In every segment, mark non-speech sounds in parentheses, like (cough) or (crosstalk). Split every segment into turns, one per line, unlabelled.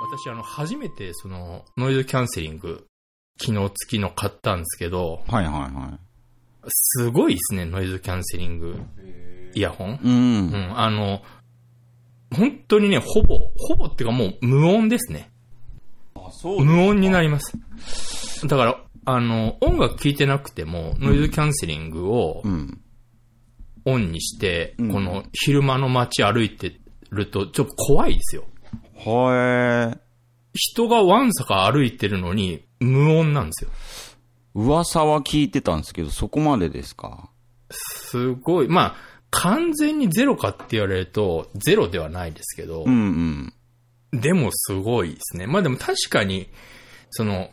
私、あの、初めて、その、ノイズキャンセリング、機能付きの買ったんですけど、
はいはいは
すごいですね、ノイズキャンセリング、イヤホン。
い。うん。
う
はい
ん、あの、本当にね、ほぼ、ほぼっていうかもう無音ですね。
あ、そう
無音になります。だから、あの、音楽聴いてなくても、ノイズキャンセリングを
うん。
オンにして、
うん
この昼間の街歩いてると、ちょっと怖いですよ。
はえー。
人がわんさか歩いてるのに、無音なんですよ。
噂は聞いてたんですけど、そこまでですか
すごい。まあ、完全にゼロかって言われると、ゼロではないですけど、
うんうん。
でもすごいですね。まあでも確かに、その、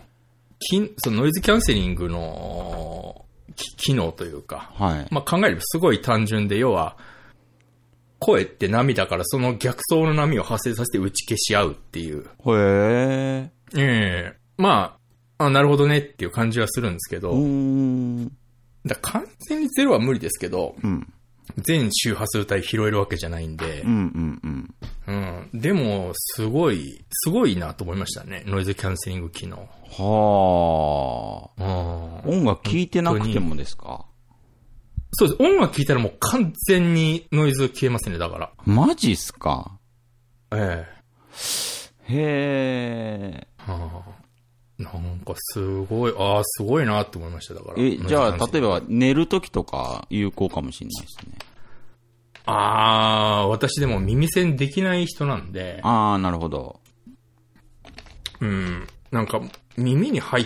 きそのノイズキャンセリングのき機能というか、
はい。
まあ考えればすごい単純で、要は、声って波だからその逆走の波を発生させて打ち消し合うっていう。
へえ。
ええまあ、あ、なるほどねっていう感じはするんですけ
うー
ど、
ん。
だから完全にゼロは無理ですけど、
うん。
全周波数帯拾えるわけじゃないんで
うんう、んうん。
うん。でも、すごい、すごいなと思いましたね。ノイズキャンセリング機能。あ
はあ。音楽聞いてなくてもですか
そうです。音楽聴いたらもう完全にノイズ消えますね、だから。
マジっすか
ええ。
へえ。
はあ、なんかすごい、ああ、すごいなって思いました、だから。
え、じゃ
ノ
あ、
イズキャンセ
例
リ
え
ング。
ば寝るときとか有効かもしれないですね。
ああー、私でも耳栓できない人なんで、
あー、なるほど。
うん。なんか、耳に入っ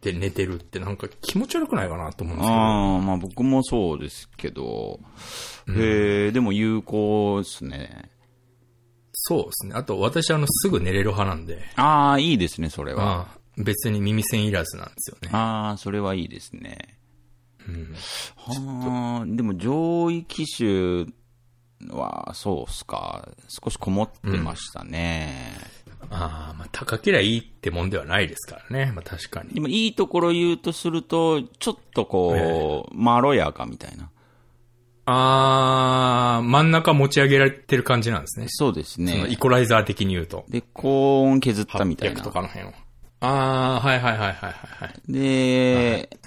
て寝てるってなんか気持ち悪くないかなと思うんですけど。
あー、まあ僕もそうですけど。へえ、でも有効ですね。
そうですね。あと、私、あの、すぐ寝れる派なんで、
あー、いいですね、それは。
ああ、別に耳栓いらずなんですよね。
あー、それはいいですね。
うん。
はあ、でも上位機種は、そうっすか。少しこもってましたね。
ああ、まあ、高けりゃいいってもんではないですからね。まあ、確か
で
に。
もいいところ言うとすると、ちょっとこう、まろやかみたいな。
ああ、真ん中持ち上げられてる感じなんですね。
そうです
そのイ
ね。
コライザー的に言うと。
で、高音削ったみたい
800
な
と。かの辺を。ああ、はいはいはいはいはいはい。
で、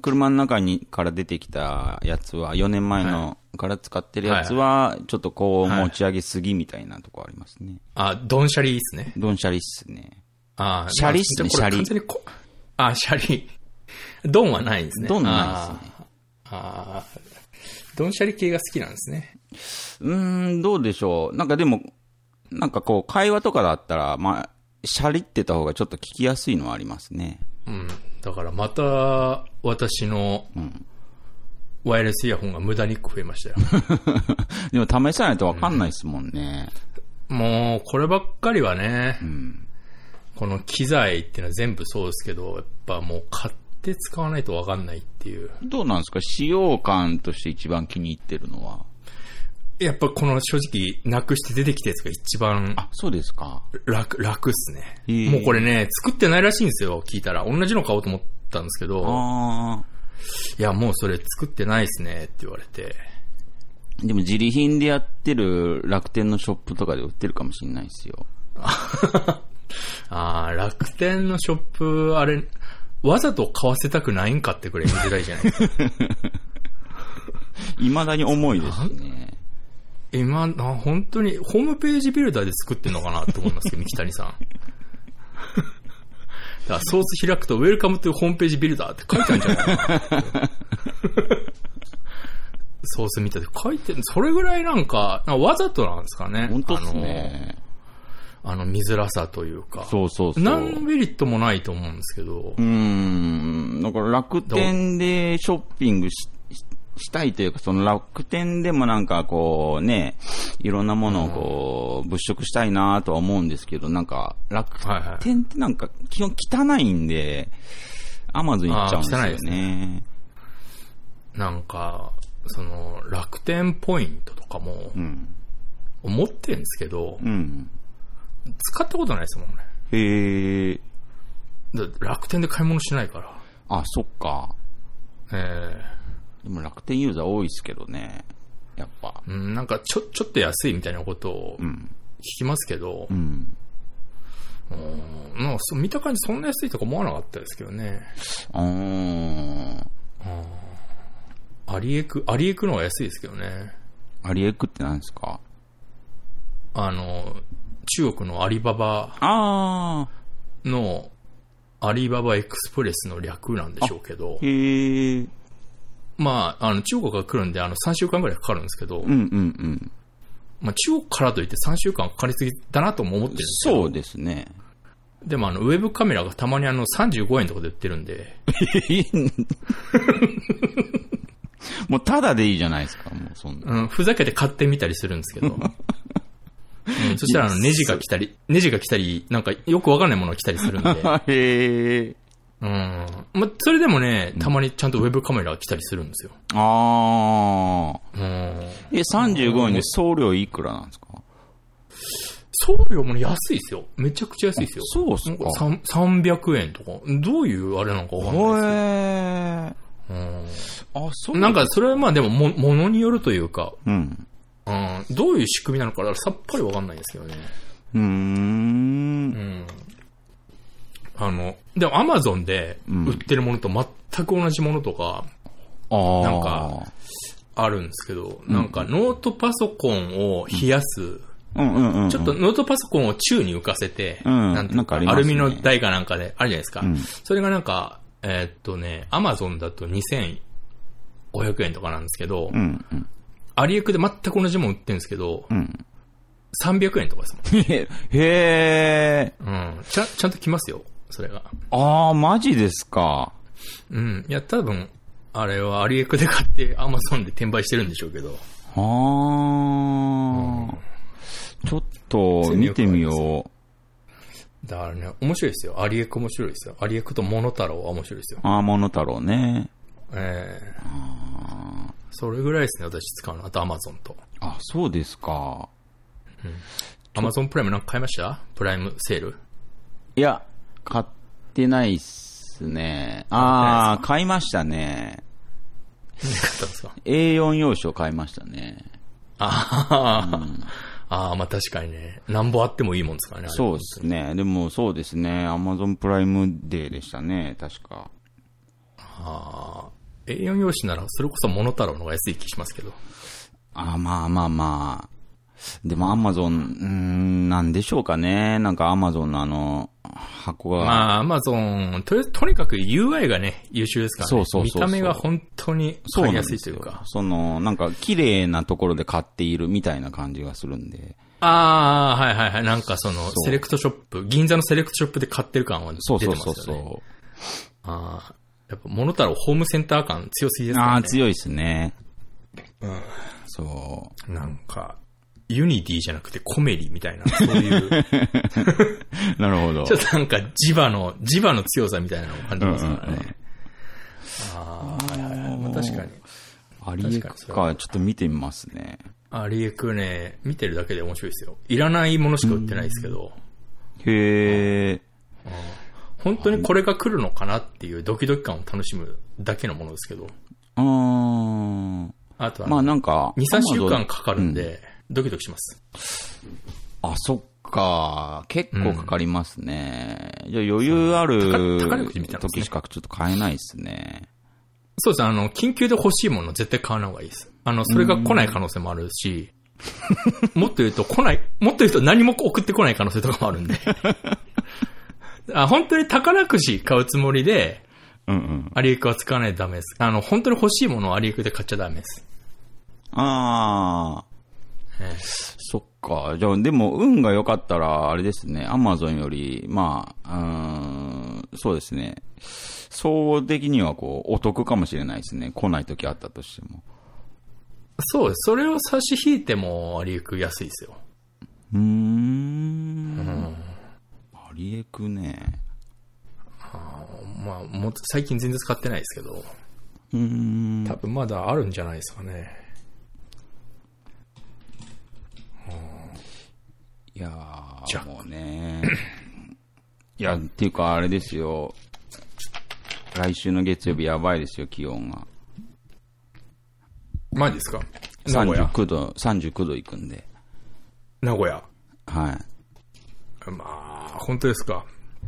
車の中にから出てきたやつは、4年前のから使ってるやつは、ちょっとこう
はい
持ち上げすぎみたいなとこありますね。
あ、ドンシャリですね。
ドンシャリっすね。
あー
シャリっすね
じゃあこれ
シャ
完全
リ
にこあ、シャリ。 (laughs) ドンはないんですね。
ドンないです
ね。あーあー、ドンシャリ系が好きなんですね。
うーん、どうでしょう。なんかでも、なんかこう、会話とかだったら、まあ、シャリってた方がちょっと聞きやすいのはありますね。
うん。だからまた、私の、ワイヤレスイヤホンが無駄に1個増えましたよ。
でも試さないとわかんないですもんね。
もう、こればっかりはね、この機材っていうのは全部そうですけど、やっぱもう買って使わないとわかんないっていう。
どうなんですか使用感として一番気に入ってるのは。
やっぱこの正直、なくして出てきたやつが一番
あ、そうですか。
楽、楽っすね。
へー
もうこれね、作ってないらしいんですよ、聞いたら。同じの買おうと思ったんですけど、
ああ。
いや、もうそれ作ってないっすねって言われて。
でも自利品でやってる楽天のショップとかで売ってるかもしれないですよ。
あー、楽天のショップ、あれ、わざと買わせたくないんかってくらい見づらいじゃないですか
未だに重いですね。
今、な本当に、ホームページビルダーで作ってんのかなって思います
(laughs)
けど、三木谷さん。だからソース開くと、ウェルカムというホームページビルダーって書いてあるんじゃないかな。
(laughs)
ソース見たって書いてる。それぐらいなんか、なんかわざとなんですかね。
本当っす
あ
ね。
の、あの見づらさというか。
そうそうそう。
何のメリットもないと思うんですけど
うー。ん。だから楽天でショッピングしししたいというか、その楽天でもなんかこうね、いろんなものをこう物色したいなとは思うんですけど、なんか楽
はいはい。
天ってなんか基本汚いんで、アマゾン行っちゃうんですよ
あー汚いです
ね。
なんか、その、楽天ポイントとかも
う、ん。
思ってるんですけど、
うん。
使ったことないですもんね。
へえ。
だって楽天で買い物しないから。
あ、そっか。
え
でも楽天ユーザー多いですけどね。やっぱ。
えうん、なんかちょ、ちょっと安いみたいなことを
うん。
聞きますけど、
うん。
うんなんかそう見た感じそんな安いとか思わなかったですけどね。
あー
アリエク、アリエクの方が安いですけどね。
アリエクって何ですか
あの、中国のアリババ
あ
の、アリババエクスプレスの略なんでしょうけど
ー、へえ。
まあ、あの、中国が来るんで、あの、3週間ぐらいかかるんですけど
うんう、んうん。
まあ、中国からといって3週間かかりすぎだなとも思ってるんですけど
そうです (laughs) ね。
でもあの、ウェブカメラがたまにあの、35円とかで売ってるんで、
もうただでいいじゃないですか、もうそんな。
うん、ふざけて買ってみたりするんです
(laughs)
けど、うん、そしたらあの、ネジが来たり、ネジが来たり、なんかよくわかんないものが来たりするんで、
(laughs) へえ。
うん。まあ、それでもね、たまにちゃんとウェブカメラが来たりするんですよ。
ああ。
うん。
え、35円で送料いくらなんですか
送料もね安いですよ。めちゃくちゃ安いですよ。
そうっすか
なんさん300円とか。どういうあれなのかわかんない
へえ。
です
あ、そ
うん。なんか、それはまあでもも、ものによるというか、
うん。
うん、どういう仕組みなのか、だからさっぱりわかんないですけどね。
うー。
うんん。あの、でもアマゾンで売ってるものと全く同じものとか
ああ。
なんか、あるんですけど、なんかノートパソコンを冷やす、
うんうんうんうん。
ちょっとノートパソコンを宙に浮かせて、
うん
ていう
なんかありま
ア
すね
ルミの台かなんかで、あるじゃないですか。
うん
それがなんか、えーっとね、アマゾンだと2500円とかなんですけど、
うんうん
アリエクで全く同じもん売ってるんですけど、
うん。
300円とかですも
へえ。
ん。うん。ちゃんちゃんと来ますよ、それが。
ああ、マジですか。
うん。いや、多分、あれはアリエクで買ってアマゾンで転売してるんでしょうけど。
ああ。ちょっと、見てみよう。
だからね、面白いですよ。アリエク面白いですよ。アリエクとモノタロウは面白いですよ。
ああ、モノタロウね。
ええそれぐらいですね、私使うの。あとアマゾンと。
あ、そうですか。
アマゾンプライムなんか買いましたプライムセール。
いや、買ってないっすね。ああ、買いましたね。
何買ったんですか
A4 用紙を買いましたね。
ああ、ああ、まあ確かにね。なんぼあってもいいもんですからね。あれ
そうですね。でもそうですね。アマゾンプライムデーでしたね。確か。
ああ。A4 用紙なら、それこそモノタロウの方が安い気しますけど。
あーまあまあまあ。でもアマゾン、うーん、なんでしょうかね。なんかアマゾンのあの、箱
ま
が。
あ、アマゾン、とりあえずとにかく UI がね、優秀ですからね。
そうそうそうそう
見た目が本当に
そう
買
ないん
や
です
いと
す
い
よ
うか。
その、なんか綺麗なところで買っているみたいな感じがするんで。
ああ、はいはいはい。なんかその
う、
セレクトショップ、銀座のセレクトショップで買ってる感は出て
そ
ま
う
す
そ
よ
う
ね。
そうそう。
ああ。やっぱ、モノタロウホームセンター感強すぎですからね。
ああ、強いですね。そ
なんか、ユニティじゃなくてコメリみたいな、そう
(laughs)
いう、
う。なるほど。
ちょっとなんか磁場の、磁場の強さみたいなのを感じますから
うんうんう
ね。ああ、はいはいはい。まあ確かに。
アリエク
確か
か、ちょっと見てみますね。
アリエクね、見てるだけで面白いですよ。いらないものしか売ってないですけど、
へえ。
本当にこれが来るのかなっていうドキドキ感を楽しむだけのものですけど、
うーん。
あとは、
まあなんか。
2、3週
Amazon
間かかるんで、ドキドキします。
あ、そっか。結構かかりますね。じゃあ余裕ある
高高い口みたいなんですね
時しかちょっと買えないですね。
そうですね、あの、緊急で欲しいもの絶対買わない方がいいです。あの、それが来ない可能性もある
(laughs)
し、もっと言うと来ない、もっと言うと何も送ってこない可能性とかもあるん
(laughs)
で。あ本当に宝くじ買うつもりで、
うんうん。
アリエクは使わないとダメです。あの、本当に欲しいものをアリエクで買っちゃダメです。
ああ、
ええ
そっか。じゃあでも運が良かったら、あれですね。アマゾンより、まあ、うーん、そうですね。総合的にはこう、お得かもしれないですね。来ない時あったとしても。
そうです。それを差し引いてもアリエク安いですよ。
うーん。アリエクね。
まあ、もう最近全然使ってないですけど、
うーん。
多分まだあるんじゃないですかね。
いやー
じゃあ
もうね。いや、っていうかあれですよ。来週の月曜日やばいですよ、気温が。
マジですか名古屋。
39度、39度いくんで。
名古屋。
はい。
まあ、本当ですか。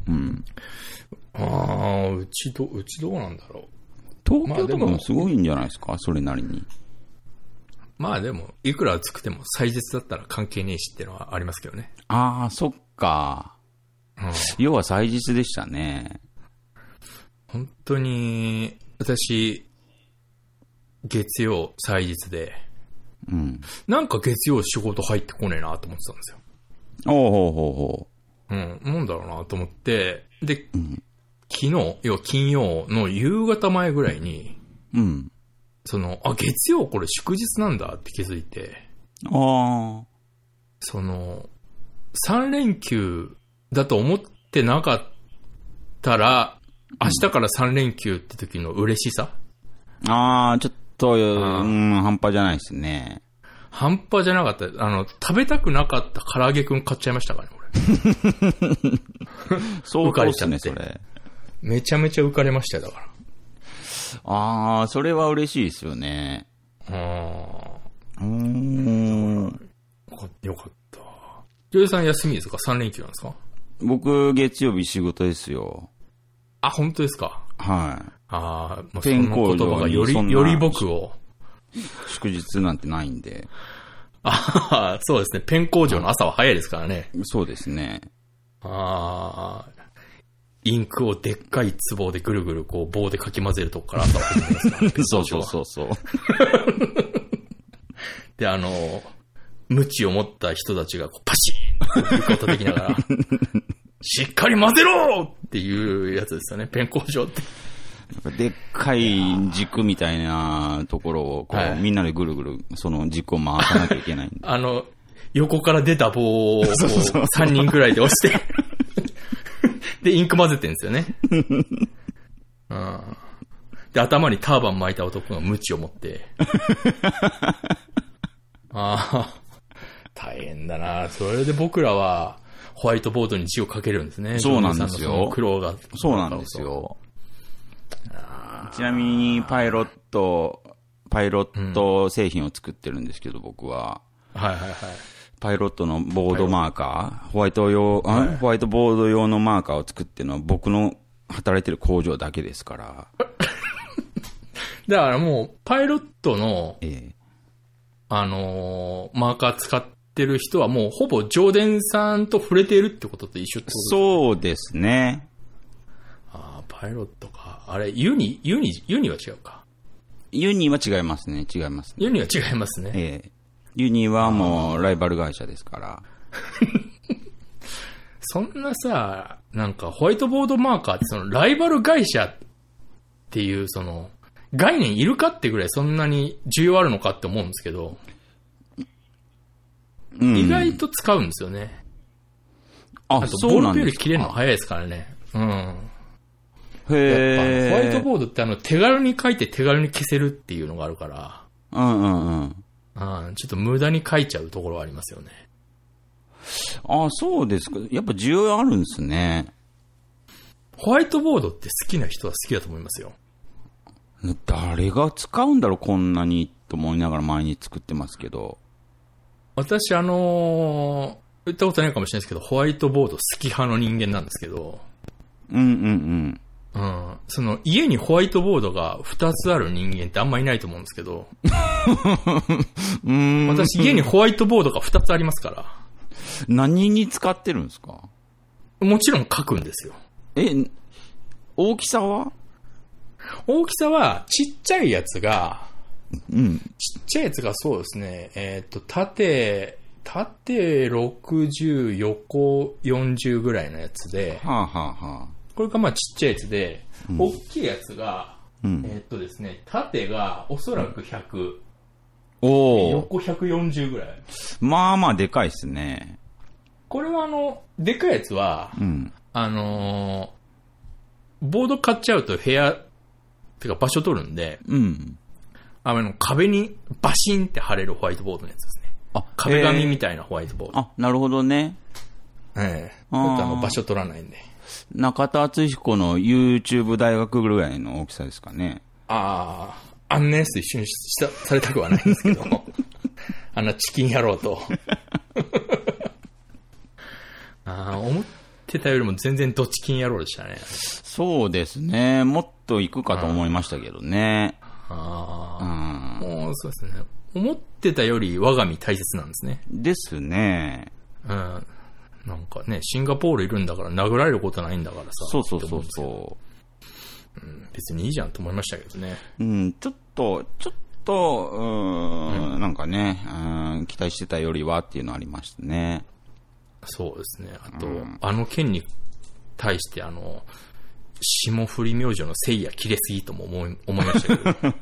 うん。
ああ、うちど、うちどうなんだろ
東京とか
まあで
も
も
すごいんじゃないですかそれなりに。
う。まあでも、いくら作っても祭日だったら関係ねえしっていうのはありますけどね。
ああ、そっか。
うん
要は祭日でしたね。
本当に、私、月曜、祭日で、
うん。
なんか月曜仕事入ってこねえなと思ってたんですよ。
おうほうほう
う
ほ
ん、なんだろうなと思って、で、
ん
昨日、要は金曜の夕方前ぐらいに、
う。うん。
その、あ、月曜これ祝日なんだって気づいて、
あ
その、3連休だと思ってなかったら、明日から3連休って時の嬉しさ、
あ。ああ、ちょっと、
ー
うん、半端じゃないですね。
半端じゃなかった。あの、食べたくなかった唐揚げくん買っちゃいましたからね、俺。
そう
浮かれちゃって
ね、それ。
めちゃめちゃ浮かれましたよ、だから。
ああ、それは嬉しいですよね。
あ
うーん。
あ、よかった。ジョイさん休みですか ?3 連休なんですか
僕、月曜日仕事ですよ。
あ、本当ですか
は
ああ、もうそ
天
の
候上
言葉がより
そん、な
より僕を。 (laughs)
い。祝日なんてないんで。
ああ、そうですね。 (laughs) ペン工場の朝は早いですからね。
そうですね。、
ああ、インクをでっかい壺でぐるぐるこう棒でかき混ぜるとこから朝は始まりますから、ね
(laughs) そうそうそうそう。
で、あの、無知を持った人たちがこうパシーンと床を叩きながら、しっかり混ぜろっていうやつですよね、ペン工場って。
でっかい軸みたいなところを、こう、
はい。
みんなでぐるぐる、その軸を回さなきゃいけないんで
あの、横から出た棒をこう
(laughs) そうそうそう
3人くらいで押して、
(laughs)
で、インク混ぜてんですよね。 (laughs) うん。で、頭にターバン巻いた男が無知を持
(laughs)
って。ああ、大変だな。それで僕らは、ホワイトボードに字を書けるんですね。
そうなんですよ
ジョージさのその苦労が。
(laughs) そうなんです。よ。ちなみに、パイロット、パイロット製品を作ってるんですけど、僕は。
はいはいはい。
パイロットのボードマーカー、ホワイト用、あホワイトボード用のマーカーを作ってるのは僕の働いてる工場だけですから。
だからもう、パイロットの、
ええ
あのーマーカー使ってる人はもうほぼ上電さんと触れているってことと一緒ってこと
そうですね。
ああ、パイロットか。あれ、ユニ、ユニ、ユニは違うか。
ユニは違いますね。違いますね。
ユニは違いますね。
ええユニはもうライバル会社ですから。
そんなさ、なんかホワイトボードマーカーってそのライバル会社っていうその概念いるかってぐらいそんなに需要あるのかって思うんですけど、
うん
意外と使うんですよね。
あ
あと、
そ
ボ
う
ー
な
ル
ん
ペ
で
ル
す
切れるの早いですからね。うん。
か。へえ。
ホワイトボードってあの手軽に書いて手軽に消せるっていうのがあるから、
うんうんうん。
うん、ちょっと無駄に書いちゃうところはありますよね。
あ、そうですか。やっぱ需要あるんですね。
ホワイトボードって好きな人は好きだと思いますよ。
誰が使うんだろう、こんなに、と思いながら毎日作ってますけど。
私、あのー言ったことないかもしれないですけど、ホワイトボード好き派の人間なんですけど、
うんうん
うん、その家にホワイトボードが2つある人間ってあんまいないと思うんですけど、
うん。うーん。
私家にホワイトボードが2つありますか、
何に使ってるんですから
もちろん書くんですよ。
え、大きさは
大きさはちっちゃいやつが、
うん。
ちっちゃいやつがそうですね、えーっ、と、縦、縦60、横40ぐらいのやつで、
はあ、はあはあ、
これがまあちっちゃいやつで、大きいやつが、
うん
えーっとですね、縦がおそらく100、
おお。
横140ぐらい。
まあまあでかいっすね。
これはあの、でかいやつは、
うん。
あのーボード買っちゃうと部屋、てか場所取るんで、
うん。
あの壁にバシンって貼れるホワイトボードのやつですね。
あ、
壁紙
へえ
みたいなホワイトボード。
あ、なるほどね。
ええ。
あー
僕あの場所取らないんで。
中田敦彦の YouTube 大学ぐらいの大きさですかね。
ああ、あんなやつと一緒にした、されたくはないんですけど、 (laughs) あ (laughs) んなチキン野郎と。ああ、思っってたよりも全然どっち金野郎でしたね。
そうですね。もっと行くかと思いましたけどね。う
ああ。
ん。
もうそうですね。思ってたより我が身大切なんですね。
ですね。
うん。なんかね、シンガポールいるんだから殴られることないんだからさ。
そうそうそう
って思うんで
そ
すけど別にいいじゃんと思いましたけどね。
う。うん、ちょっと、ちょっと、うーん、なんかね、うーん、期待してたよりはっていうのありましたね。
そうですね。あと、
うん
あの件に対して、あの、霜降り明星のせいや切れすぎとも思い思いましたけど。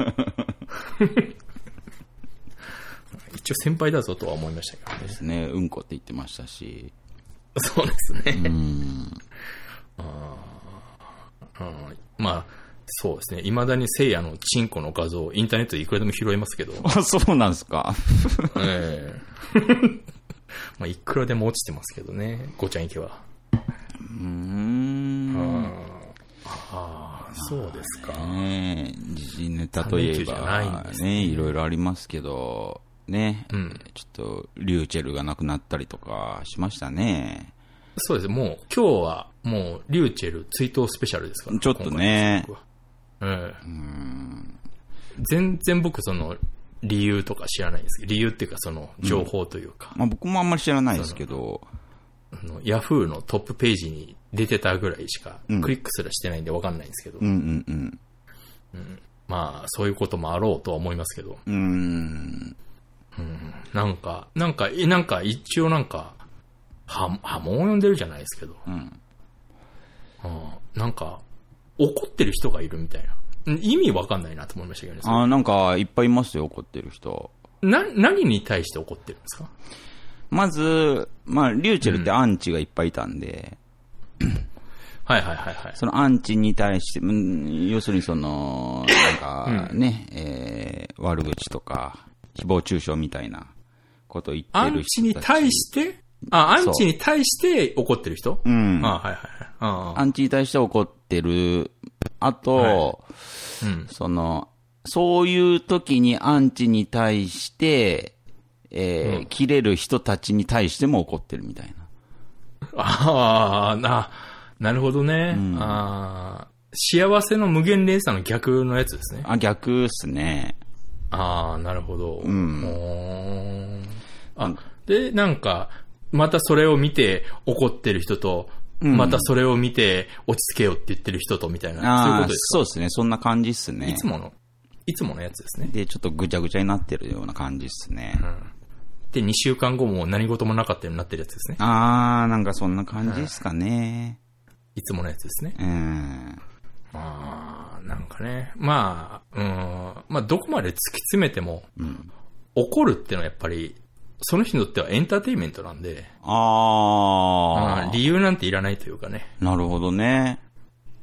一応先輩だぞとは思いましたけど
で
ね。
すね。うんこって言ってましたし。
そうですね。
う
う
ん。
んまあ、そうですね。未だに聖夜のチンコの画像、インターネットでいくらでも拾えますけど。
あ、そうなんですか。
ええ (laughs) まあ、いくらでも落ちてますけどね。ごちゃん池は。
うーん。
ああ、そうですか。
ねえ、時事ネタといえ
三連休じゃないん
ば
で、す
ね、いろいろありますけど、ね、
うん
ちょっと、リューチェルが亡くなったりとかしましたね。
そうです。もう、今日は、もう、リューチェル追悼スペシャルですから。
ちょっとね
今回の曲は。ええ全然僕、その、理由とか知らないですけど、理由っていうか、その、情報というか、
まあ僕もあんまり知らないですけど、
あのヤフーのトップページに出てたぐらいしか、クリックすらしてないんでわかんないんですけど、
うんうんうん。
まあ、そういうこともあろうとは思いますけど、
うーん。
なんか、なんか、えなんか一応なんか、は、波紋を呼んでるじゃないですけど、
うん。
うんなんか、怒ってる人がいるみたいな。うん意味わかんないなと思いましたけどねそ
あーなんか、いっぱいいますよ、怒ってる人。
れ。な、何に対して怒ってるんですか
まず、まあ、リューチェルってアンチがいっぱいいたんで、
はいはいはいはい。
そのアンチに対して、うん要するにその、なんかね、えー悪口とか、誹謗中傷みたいなことを言
ア
って
ン
る
チ
人
に
たち。
対して、あ、ア
そう
ンチに対して怒ってる人
うん。
あはいはいはい。あ
アンチに対して怒ってる。あと、
はうん。
その、そういう時にアンチに対して、えー
うん
切れる人たちに対しても怒ってるみたいな。
ああ、な、なるほどね。あー幸せの無限連鎖の逆のやつですね。
あ、逆っすね。
ああ、なるほど。うんん。あ、で、なんか、またそれを見て怒ってる人と、
うん
またそれを見て落ち着けよって言ってる人とみたいな、そういうこ
ああ
とです
そうですね。そんな感じっすね。
ね。いつもの、いつものやつですね。
で、ちょっとぐちゃぐちゃになってるような感じっすね。
で、2週間後も何事もなかったようになってるやつですね。
あー、なんかそんな感じですかね。
いつものやつですね。
うん。
ああ、なんかね。まあ、うん、まあ、どこまで突き詰めても、怒るってのはやっぱり、その人にとってはエンターテインメントなんで、
あ
うん
ー、
理由なんていらないというかね。
なるほどね。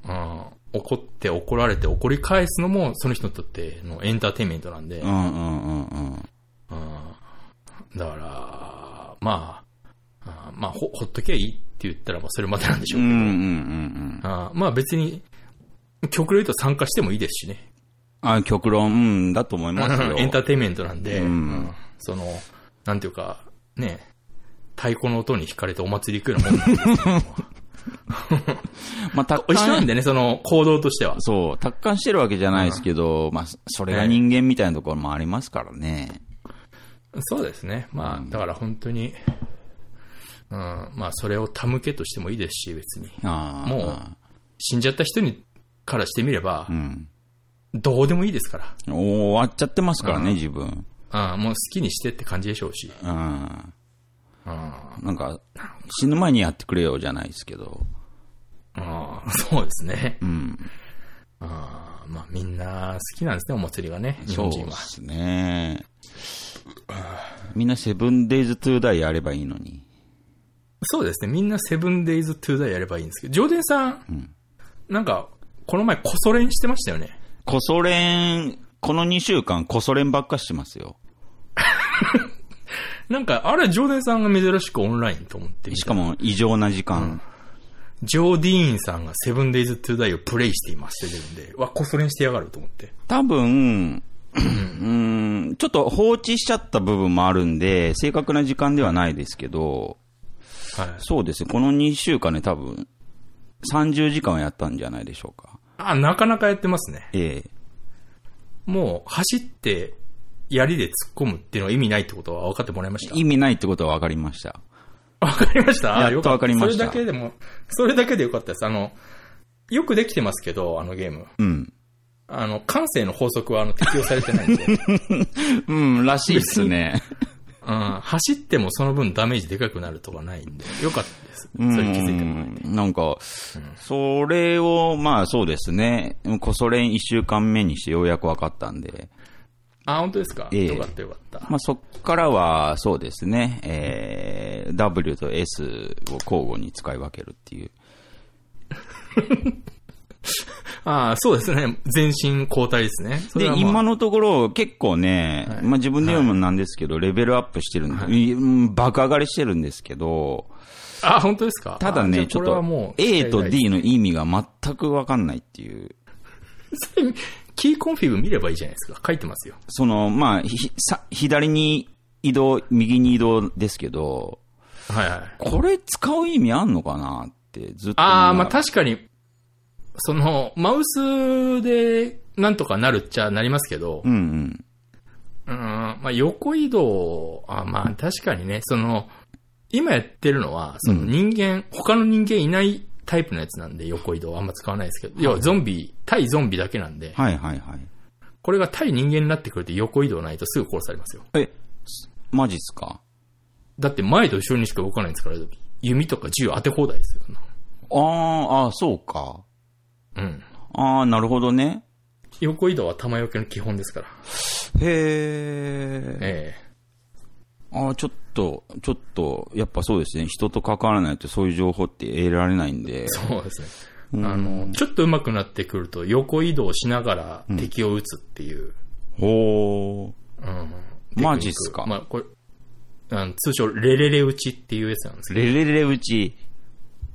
うん、怒って怒られて怒り返すのもその人にとってのエンターテインメントなんで、
うんうんうんうん。
だから、まあ、あまあほ、ほっときゃいいって言ったら、まあ、それまでなんでし
う
ょう。
んうんうんうん。
あまあ、別に、極力言うと参加してもいいですしね。
あ極論、うん、だと思いますよ。
エンターテインメントなんで、
うん
うんその、なんていうか、ね、太鼓の音に惹かれてお祭り行くよ
(laughs)
うなもんなんですけど
まあ、達
一緒なん
観、
でね、その行動としては。
そう、達観してるわけじゃないですけど、まあ、それが人間みたいなところもありますからね。
そうですね。まあ、だから本当に、うん、まあ、それを手向けとしてもいいですし、別に。
あー
もう死んじゃった人に、からしてみれば
う、ん。
どうでもいいですから。
お終わっちゃってますからね、自分。
あもう好きにしてって感じでしょうし。
うん。
あ
なんか、死ぬ前にやってくれよじゃないですけど。
あそうですね。
うん。
あまあ、みんな好きなんですね、お祭りがね、日本
そう
人
で
は。
すね。みんなセブンデイズトゥーダイやればいいのに。
そうですね。みんなセブンデイズトゥーダイやればいいんですけど、ジョーデンさん、なんか、この前、こそ練してましたよね。
コソ連、この2週間コソ連ばっかしてますよ。
なんか、あれ、ジョーデンさんが珍しくオンラインと思ってみた
しかも異常な時間。
ジョーディーンさんがセブンデイズトゥーダイをプレイしていますって出るんで、うわ、こそ練してやがると思って。
多分、うーん、ちょっと放置しちゃった部分もあるんで、正確な時間ではないですけど、
はい。
そうですね。この2週間ね、多分、30時間はやったんじゃないでしょうか。
あ、なかなかやってますね。
ええ。
もう、走って、槍で突っ込むっていうのは意味ないってことは分かってもらいました
意味ないってことは分かりました。
分かりましたあ
やっと分かりました
よかったそれだけでも、それだけでよかったです。あの、よくできてますけど、あのゲーム。
うん。
あの、感性の法則はあの適用されて
(laughs)
ないんで。うん。
うん、らしいです (laughs) ね。
走ってもその分ダメージでかくなるとかないんで、よかったです。それ気づいてもらえて。
うんなんか、それを、まあそうですね。こそれん1週間目にしてようやく分かったんで。
あ、本当ですか、
ええ
よかったよかった。
まあそっからは、そうですね。えー、W と S を交互に使い分けるっていう。
ああ、そうですね。全身交代ですね。そ
で
れは、まあ
今のところ結構ね、まあ自分で言うのもなんですけど、レベルアップしてるんで、うん爆上がりしてるんですけど、
あ、本当ですか
た
あ
だ
じゃ
ね、
あ
ちょっ
これは
と
もう、
A と D の意味が全くわかんないっていう。
キーコンフィグ見ればいいじゃないですか。書いてますよ。
その、まあ、ひさ左に移動、右に移動ですけど、
はいはい。
これ使う意味あんのかなってずっと思いながら。
ああ、まあ確かに、その、マウスでなんとかなるっちゃなりますけど、
うんうん。
うん、まあ横移動、あまあ確かにね、その、今やってるのは、その
うん
人間、他の人間いないタイプのやつなんで、横移動はあんま使わないですけど、要はゾンビ、対ゾンビだけなんで、
はいはいはい。
これが対人間になってくると横移動ないとすぐ殺されますよ。
え、すマジっすか
だって前と後ろにしか動かないんですから、弓とか銃当て放題ですよ。
あーあー、そうか。
うん。
ああ、なるほどね。
横移動は弾よけの基本ですから。
へえ。
ええ
ああ、ちょっと、ちょっと、やっぱそうですね。人と関わらないとそういう情報って得られないんで。
そうですね。
うん
あの、ちょっと上手くなってくると、横移動しながら敵を撃つっていう。
ほ
うん
マジっすか
まあ、これ、あの通称、レレレ打ちっていうやつなんです
ー。
けど、
レレレうち。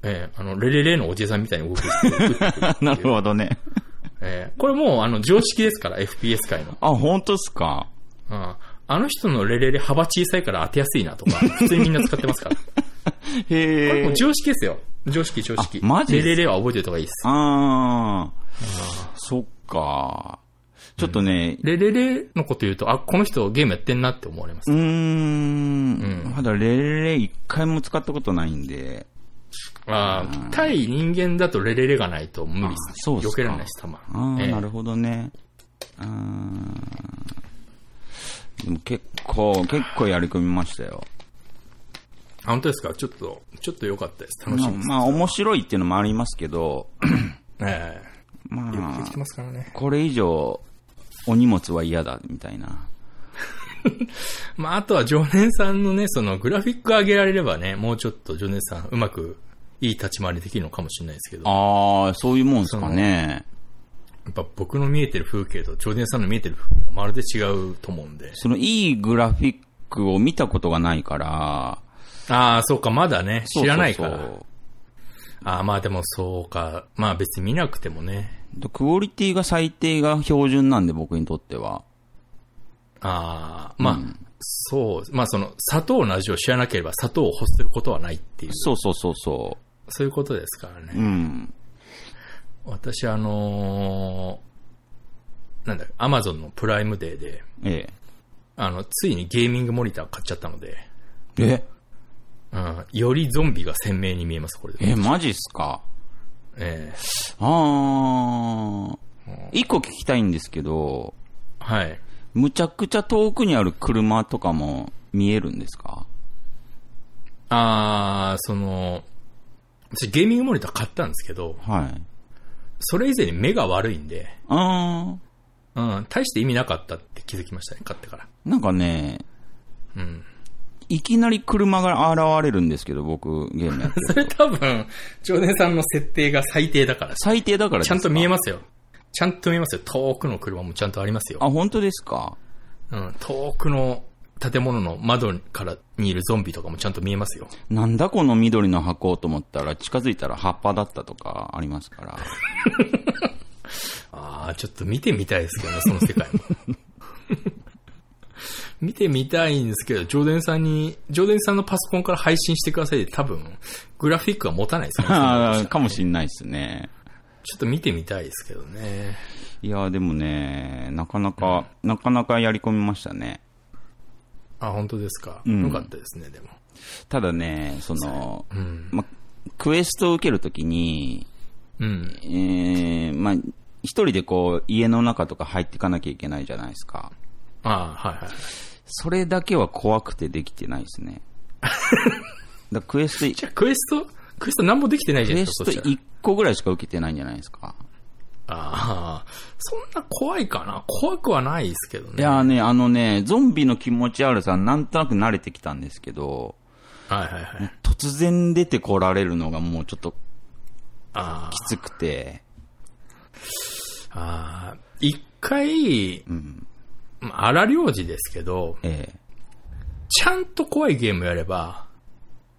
ええあの、レレレのおじさんみたいに動くって
(laughs)
いう。
(laughs) なるほどね。
ええこれもう、あの、常識ですから、FPS 界の。
あ、本当っすか。
うんあの人のレレレ幅小さいから当てやすいなとか、普通にみんな使ってますから。こ
へえ。
れもう常識ですよ。常識、常識。
あマジっ
レ
すか
レレは覚えておいた方がいいです。
ああ、そっか。ちょっとね、
レレレのこと言うと、あ、この人ゲームやってんなって思われます
う。ーん、
うん
まだレレレ一回も使ったことないんで、
ああ、対人間だとレレレがないと無理です
あそうっすか
避けられないです、たま。
ああ、
ええ
なるほどね。あーでも結構、結構やり込みましたよ。
あ本当ですかちょっと、ちょっと良かったです。楽し
まあ、
みです。
まあ面白いっていうのもありますけど、 (clears throat)
え
ま
えよくで
あ
き、てますからね。
これ以上、お荷物は嫌だ、みたいな。
まあ、あとは常連さんのね、そのグラフィック上げられればね、もうちょっと常連さんうまくいい立ち回りできるのかもしれないですけど、や
ああ、そういうもんですかね。
っぱ僕の見えてる風景と常連さんの見えてる風景がまるで違うと思うんで。
その、いいグラフィックを見たことがないから、
ああ、そうか、まだね、知らないから。
そうそうそう
ああ、まあでもそうか。まあ別に見なくてもね。
でクオリティが最低が標準なんで、僕にとっては。
ああ、まあ、そう、まあその、砂糖の味を知らなければ砂糖を欲することはないっていう、
そうそうそうそ
そういうことですからね。
う。うん。
私、あのーなんだ、アマゾンのプライムデーで、
え
あの、ついにゲーミングモニター買っちゃったので、
え。え、
うん、よりゾンビが鮮明に見えます、これで。
え、マジっすか
ええ
あー。一個聞きたいんですけど、
はい。
むちゃくちゃ遠くにある車とかも見えるんですか
あー、その、私ゲーミングモニター買ったんですけど、
はい。
それ以前に目が悪いんで、
あ
うん、大して意味なかったって気づきましたね、買ってから。 (laughs)
ー。なんかね、
うん。
いきなり車が現れるんですけど、僕、ゲームやってる
それ多分、常連さんの設定が最低だから、ち
最低だからです
ゃ
か
んと見えますよ。ちゃんと見えますよ。遠くの車もちゃんとありますよ。
あ、本当ですか
うん、遠くの建物の窓からにいるゾンビとかもちゃんと見えますよ。
なんだこの緑の箱と思ったら、近づいたら葉っぱだったとかありますから。
ああ、ちょっと見てみたいですけどね、その世界も。 (laughs) 見てみたいんですけど、上田さんに、上田さんのパソコンから配信してくださいで多分、グラフィックは持たないですね。
あ (laughs) ーかもしんないですね。 (laughs)
ちょっと見てみたいですけどね。
いやーでもね、なかなか、なかなかやり込みましたね。
あ、本当ですか。
ん
よかったですね、でも。
ただね、その、
うん。
ま、クエストを受けるときに、
うん。
えー、まあ、一人でこう、家の中とか入っていかなきゃいけないじゃないですか。
ああ、はいはい。
それだけは怖くてできてないですね。 (laughs) だからクエスト、
じゃあ、クエスト、クエスト何もできてないじ
ク
ゃない
エ
ですか、
スト
そしたら
1個ぐらいしか受けてないんじゃないですか。
ああ、そんな怖いかな怖くはないですけどね。
いやーね、あのね、ゾンビの気持ち悪さ、なんとなく慣れてきたんですけど、
はいはいはい。
突然出てこられるのがもうちょっと
あ
きつくて、
あ、ああ、一回、
うん、
まあ荒領事ですけど、
ええ
ちゃんと怖いゲームやれば、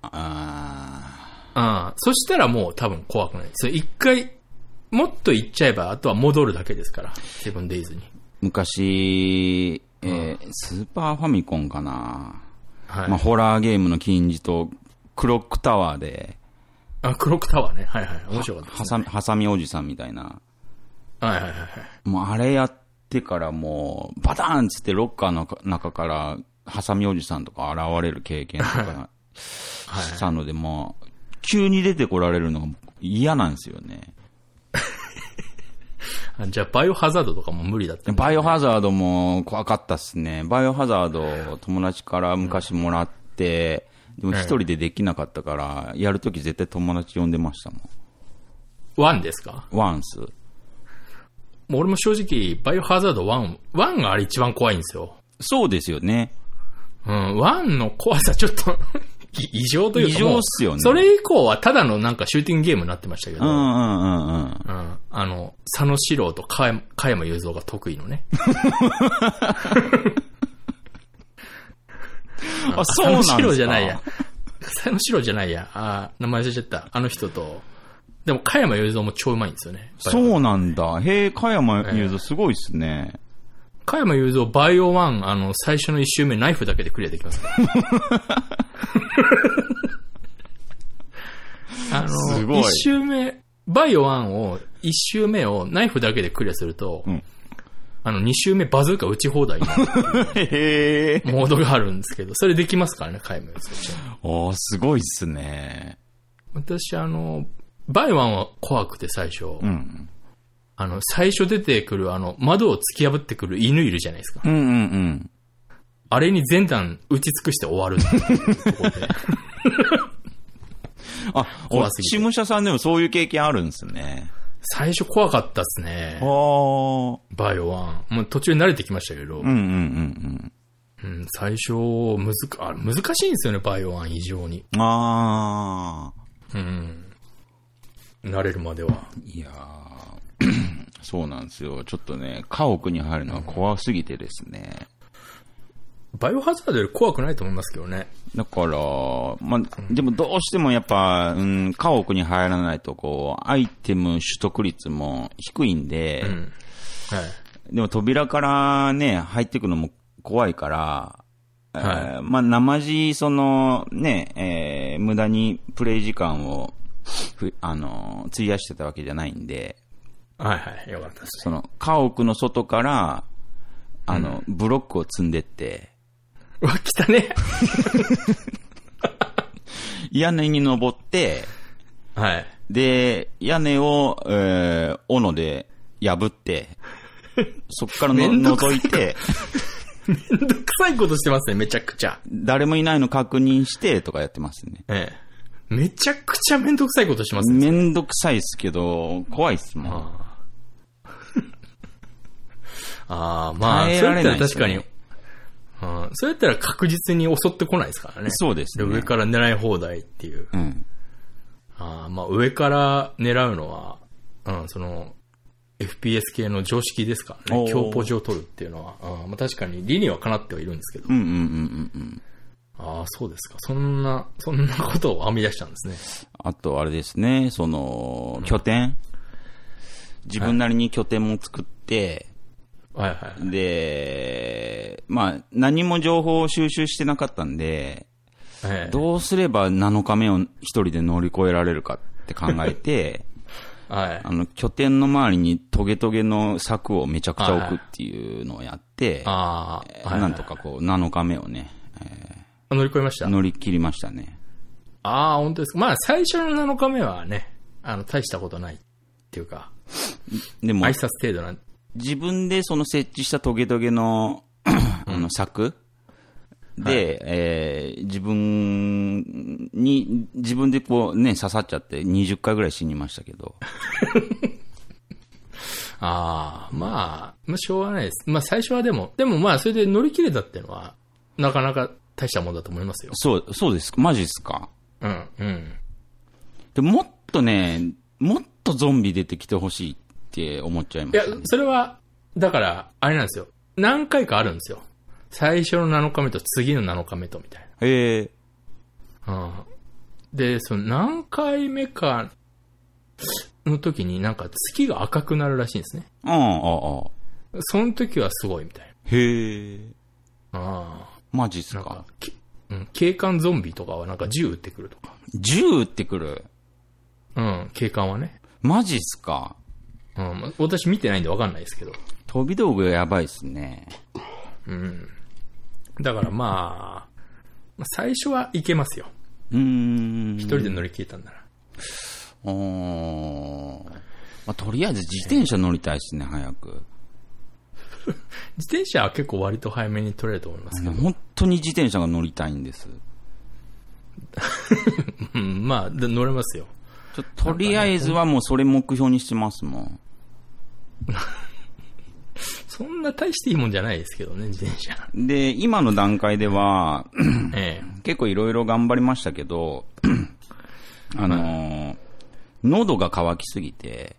あ
うん。そしたらもう多分怖くない。それ一回、もっと行っちゃえば、あとは戻るだけですから。セブンデイズに。
ー昔、えースーパーファミコンかな、
はい。
まあ、ホラーゲームの金字と、クロックタワーで、
あ、クロックタワーね。はいはい。面白かった
は
です、
さみ、はさみおじさんみたいな。
ね。はいはいはいはい。
もうあれやってからもう、バターンっつってロッカーの中から、ハサミおじさんとか現れる経験とかしたので、もう、急に出てこられるのが嫌なんですよね。
あじゃあ、バイオハザードとかも無理だったんだ。
バイオハザードも怖かったっすね。バイオハザード友達から昔もらって、でも一人でできなかったから、やるとき絶対友達呼んでましたもん。
ワンですか
ワンス。
もう俺も正直、バイオハザード1、1があれ一番怖いんですよ。
そうですよね。
うん、1の怖さちょっと、 (laughs) 異常というか
異常
もう
っすよね
それ以降はただのなんかシューティングゲームになってましたけど、
うんう
うん、
んうんうん。
あの、佐野史郎と加山加山雄三が得意の
(laughs)
ね。
あ、
佐野史郎じゃないや。。佐野史郎じゃないや。あー名前忘れちゃった。あの人と。でも、加山雄三も超うまいんですよね。
そうなんだ。へえ、加山雄三すごいっすね。
加山雄三、バイオワン、あの、最初の一周目、ナイフだけでクリアで
(laughs)
きますから。あ
すご
の、
い
一周目、バイオワンを、一周目をナイフだけでクリアすると、
うん
あの、二周目バズーカ撃ち放
(laughs)
題の
へえ。
モードがあるんですけど、それできますからね、加山雄三。
おー、すごいっすね。
私、あの、バイオワンは怖くて最初、
うん。
あの、最初出てくる、あの、窓を突き破ってくる犬いるじゃないですか。
うんうんうん。
あれに全弾打ち尽くして終わるっていうところで。
あ、お
怖すぎて
下社さんでもそういう経験あるんですね。
最初怖かったっすね
あ。ー。
バイオワン。もう途中慣れてきましたけど、う
うんうん
ん
うんうん。
最初むずか、あ難しいんですよね、バイオワン異常に。
あ
うん、慣れるまでは。
ー。いやー。 (clears throat) そうなんですよ。ちょっとね、家屋に入るのは怖すぎてですね。
バイオハザードより怖くないと思いますけどね。
だから、まあ、でもどうしてもやっぱ、うん、家屋に入らないと、こう、アイテム取得率も低いんで、
うん。はい。
でも扉からね、入ってくのも怖いから、えーまあ、なまじ、その、ね、えー無駄にプレイ時間を、ふあのー、費やしてたわけじゃないんで、
はいはい。よかったです。
その、家屋の外から、あの、ブロックを積んでって、
うわ、来たね。
屋根に登って、
はい。
で、屋根を、えー、斧で
(laughs)
破って、そっからの
めんどく
覗いて、
めんどくさいことしてますね、めちゃくちゃ。
誰もいないの確認して、とかやってますね。
ええ。めちゃくちゃめんどくさいことしてますね。
めんどくさいっすけど、怖いっすもん。
あ (laughs) ああー、まあ、
耐え
そ
ら
れや
れ
った
ない
ら
です
確
よ
か
ね
に、うん、それやったら確実に襲ってこないですからね。
そうですね。
上から狙い放題っていう。
うん。
あーまあ、上から狙うのは、うん、その、FPS 系の常識ですから
お
ね。
ー
強ポジを取るっていうのは、うんまあ、確かに理にはかなってはいるんですけど。
うんうんうんうんうん。
ああ、そうですか。そんな、そんなことを編み出したんですね。
あと、あれですね、その、拠点。自分なりに拠点も作って、
はいはい。
で、まあ、何も情報を収集してなかったんで、
ええ
どうすれば7日目を一人で乗り越えられるかって考え
(laughs)
て、
はい
あ。の、拠点の周りにトゲトゲの柵をめちゃくちゃ置くっていうのをやって、
あ
え
あ、
ー
はい、
なんとかこう、7日目をね、え
乗り越えまし
ー
た。
乗り切りましたね。
ああ、本当ですか。まあ、最初の7日目はね、あの、大したことないっていうか、
でも
挨、拶程度なん
自分でその設置したトゲトゲの、あの、柵で、えー自分に、自分でこうね、刺さっちゃって20回ぐらい死にましたけど。
ああ、まあ、まあ、しょうがないです。まあ、最初はでも、でもまあ、それで乗り切れたっていうのは、なかなか大したもんだと思いますよ。
そう、そうですかマジですか
うん、うん。
でもっとね、もっとゾンビ出てきてほしいって思っちゃいま
いや
した、ね。
それは、だから、あれなんですよ。何回かあるんですよ。最初の7日目と次の7日目とみたい
えー
な。うん。で、その何回目かの時になんか月が赤くなるらしいんですね。
うん、ああ、
その時はすごいみたい
へえ、
な。あ
マジっす
あ。なん
か
か。、きうん、警官ゾンビとかはなんか銃撃ってくるとか。
10ってくる。
うん、警官はね。
マジっすか。
うん、ま私見てないんでわかんないですけど。
飛び道具やばいっすね。
うん。だからまあ、まあ最初はいけますよ。
うーん。
一人で乗り切れたんなら。
おーまあ、とりあえず自転車乗りたいっすね、早く。
自転車は結構割と早めに取れると思いますけど。
本当に自転車が乗りたいんです。
うん、まあ、で乗れますよ。
ちょとりあえずはもうそれ目標にしてますもん。
そんな大していいもんじゃないですけどね、自転車。
で、今の段階では、 (clears throat)
ええ。
結構いろいろ頑張りましたけど、 (clears throat) あのー喉が渇きすぎて、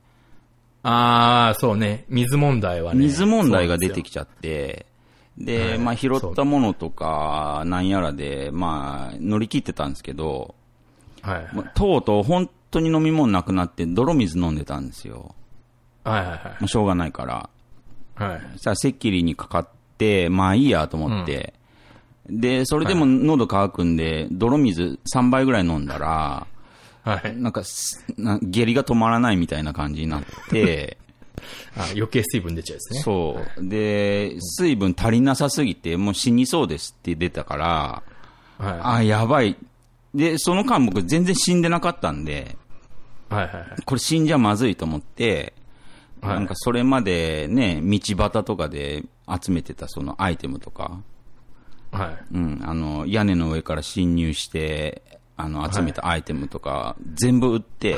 ああ、そうね。水問題はね。
水問題が出
そうなんで
てきちゃって、で、
はい
まあ拾ったものとか、なんやらで、まあ乗り切ってたんですけど、
すよ。はい。
もうとうとう本当に飲み物なくなって泥水飲んでたんですよ。
はいは
もうしょうがないから。
いはい。はい。
さあ、セッキリにかかって、まあいいやと思って。で、それでも喉乾くんで、泥水3杯ぐらい飲んだら、
はい。
なんかすな、下痢が止まらないみたいな感じになって、
あ余計水分出ちゃうですね。
そう。で、水分足りなさすぎて、もう死にそうですって出たから、
はい。は
あ、やばい。で、その間僕全然死んでなかったんで、
いはいはい。
これ死んじゃまずいと思って、
はい
なんかそれまでね、道端とかで集めてたそのアイテムとか、
はい。
うん、あの、屋根の上から侵入して、あの、集めたアイテムとか、全部売って、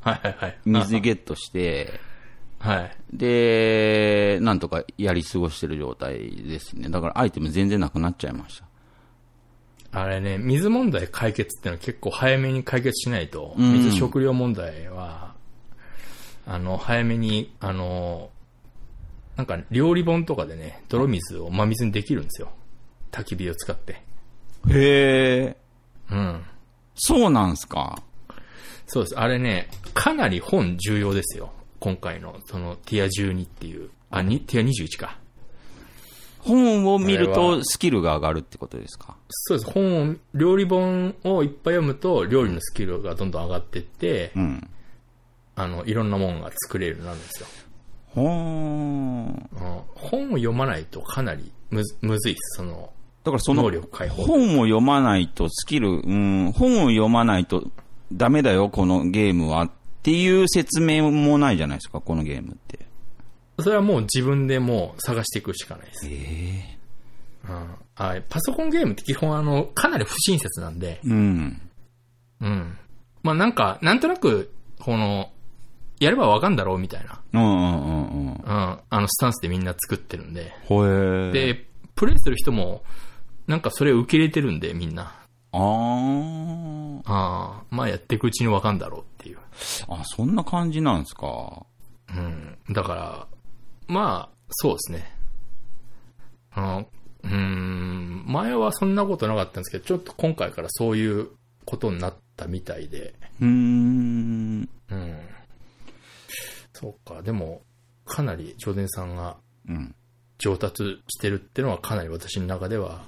はいはいはい。
水ゲットして、
はい。
で、なんとかやり過ごしてる状態ですね。だからアイテム全然なくなっちゃいました。
あれね、水問題解決ってのは結構早めに解決しないと、
うん
水食料問題は、あの、早めに、あの、なんか料理本とかでね、泥水を真水にできるんですよ。焚き火を使って。
へえ。
うん。
そうなんすか。
そうです。あれね、かなり本重要ですよ。今回の、その、ティア12っていう、あ、にティア21か。
本を見る
あれ
とスキルが上がるってことですか。
そうです。本を、料理本をいっぱい読むと、料理のスキルがどんどん上がってって、
うん。
あの、いろんなもんが作れるようになるんですよ。
ほーん。
うん本を読まないとかなりむずむずいです、その、
だからその
能、力解放。
本を読まないとスキル、うん、本を読まないとダメだよ、このゲームは。っていう説明もないじゃないですか、このゲームって。
それはもう自分でもう探していくしかないです。
え
うんはい。パソコンゲームって基本あの、かなり不親切なんで、
えうん。
うん。まあなんか、なんとなく、この、やればわかんだろうみたいな、
うんうんうんう
う
ん。
ん。あの、スタンスでみんな作ってるんで。
ほえ。、
で、プレイする人も、なんかそれを受け入れてるんで、みんな。
あー。
ああ、まあやっていくうちにわかんだろうっていう。
あ、そんな感じなんですか。
うん。だから、まあ、そうですね。あのうーん、前はそんなことなかったんですけど、ちょっと今回からそういうことになったみたいで、
うーん。
うん。そうか、でも、かなり、ジョデンさんが
うん。
上達してるっていうのはかなり私の中では、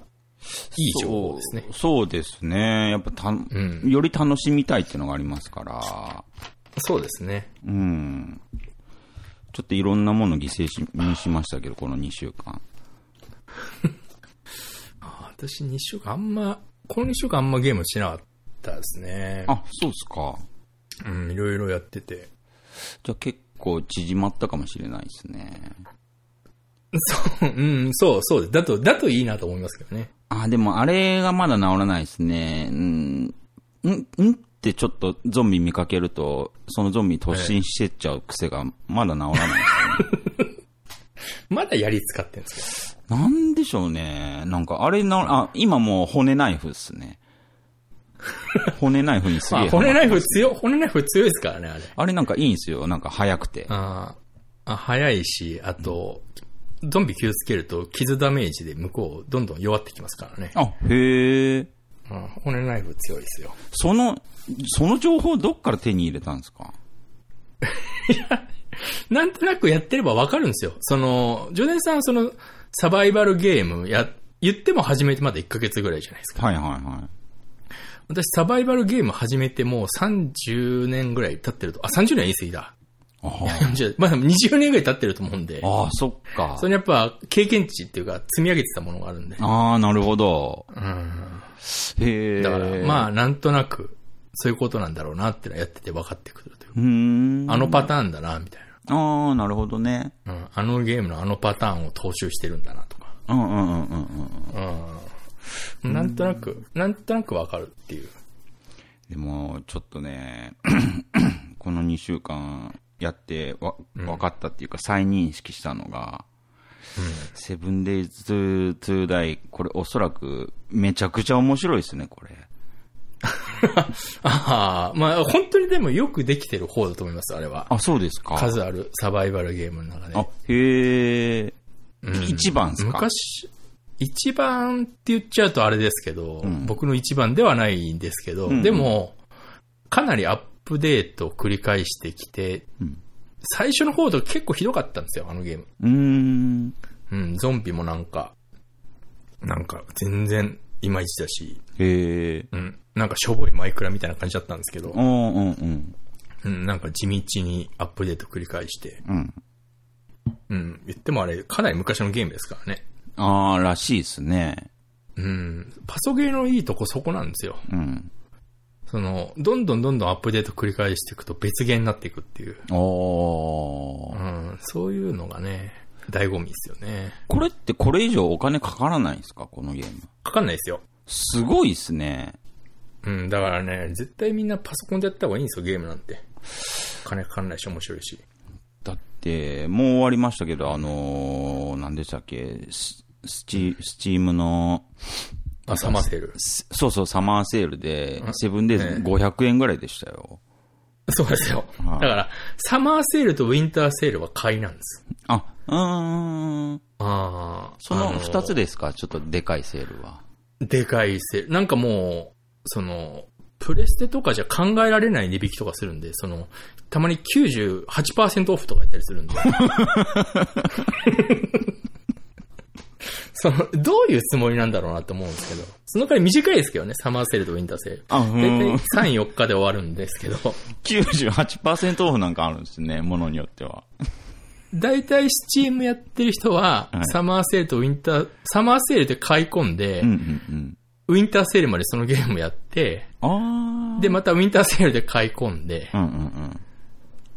いい情報ですね。
そう。そうですね。やっぱた、
ん
より楽しみたいっていうのがありますから。
そうですね。
うん。ちょっといろんなもの犠牲しにしましたけど、この2週間。
あ私2週間あんま、この2週間あんまゲームしなかったですね。
あ、そうですか。
うん、いろいろやってて。
じゃあ結構縮まったかもしれないですね。
そう、うん、そう、そうです。だと、だといいなと思いますけどね。
あ、でもあれがまだ治らないですね。うん、ん、んってちょっとゾンビ見かけると、そのゾンビ突進してっちゃう癖がまだ治
(laughs)
らないですね。
まだやり使ってるんです
なんでしょうね。なんか、あれな、あ、今もう骨ナイフっすね。骨ナイフにす
けど。
げ
(laughs) まあ、骨
えハマ。
ナイフ強、骨ナイフ強いですからね、あれ。
あれなんかいいんすよ。なんか早くて。
あーあ、早いし、あと、ゾンビ気をつけると傷ダメージで向こう、どんどん弱ってきますからね。
あ、へえ。
うん、骨ナイフ強いですよ。
その、その情報どっから手に入れたんですか
なんとなくやってればわかるんですよ。その、ジョネさんはその、サバイバルゲームや、言っても始めてまだ1ヶ月ぐらいじゃないですか。
はいはいは
私、サバイバルゲーム始めてもう30年ぐらい経ってると、あ、30年は言い過ぎだ。
い。
40まあでも20年ぐらい経ってると思うんで、
ああ、そっか
そ。れやっぱ経験値っていうか積み上げてたものがあるんで。
ああ、なるほど。
うん。
へえ。
だから、ま
あ、
あなんとなく、そういうことなんだろうなってのはやってて分かってくるというか
うーん。
あのパターンだな、みたい
ああ、なるほどね。
な。うん。あのゲームのあのパターンを踏襲してるんだなとか。
うんうんうんうんうん。
うん。なんとなく、なんとなく分かるっていう。
でも、ちょっとね、 (clears throat) この2週間やってわ、分かったっていうか、再認識したのが、セブンデイズ・トゥ・ダイ、これおそらく、めちゃくちゃ面白いですね、これ。
ああ、まあ本当にでもよくできてる方だと思います、あれは。
あ、そうですか。
数あるサバイバルゲームの中で。
あ、へえ、一番ですか
昔、一番って言っちゃうとあれですけど、僕の一番ではないんですけど、
んうん
でも、かなりアップデートを繰り返してきて、
うん
最初の方と結構ひどかったんですよ、あのゲーム。
うーん。
うん、ゾンビもなんか、なんか全然いまいちだし、
へえ。
うん、なんかしょぼいマイクラみたいな感じだったんですけど
う、んうんうん。
うん、なんか地道にアップデート繰り返して、
うん。
うん、言ってもあれ、かなり昔のゲームですからね。
ああ、らしいですね。
うん、パソゲーのいいとこそこなんですよ。
うん。
その、どんどんどんどんアップデート繰り返していくと別ゲーになっていくっていう。
お
う
ー。
ん、そういうのがね、醍醐味ですよね。
これってこれ以上お金かからないですかこのゲーム。
かかんないですよ。
すごいですね。
うん、だからね、絶対みんなパソコンでやった方がいいんですよ、ゲームなんて。金かかんないし面白いし。
だって、もう終わりましたけど、あのー、何でしたっけ、ススチスチームの、
あ、サマーセール。
すそうそう、サマーセールで、セブンデイズ
ええ
500円ぐらいでしたよ。
そうですよ。だ
はい
から、サマーセールとウィンターセールは買いなんです。
あ、うーん。
ああ。
その
あ
2つですか、ちょっとでかいセールは。
でかいセール。なんかもう、その、プレステとかじゃ考えられない値引きとかするんで、その、たまに98%オフとかやったりするん
(laughs)
で。その、どういうつもりなんだろうなと思うんですけど。その代わり短いですけどね、サマーセールとウィンターセール。
あ、う
大
ん。
体3、4日で終わるんですけど、
98%オフなんかあるんですね、ものによっては。
大体スチームやってる人は
は、い
サマーセールとウィンター、サマーセールで買い込んで、
うんうん
ウィンターセールまでそのゲームやって、
うん。あー。
で、またウィンターセールで買い込んで
う、んうんうん。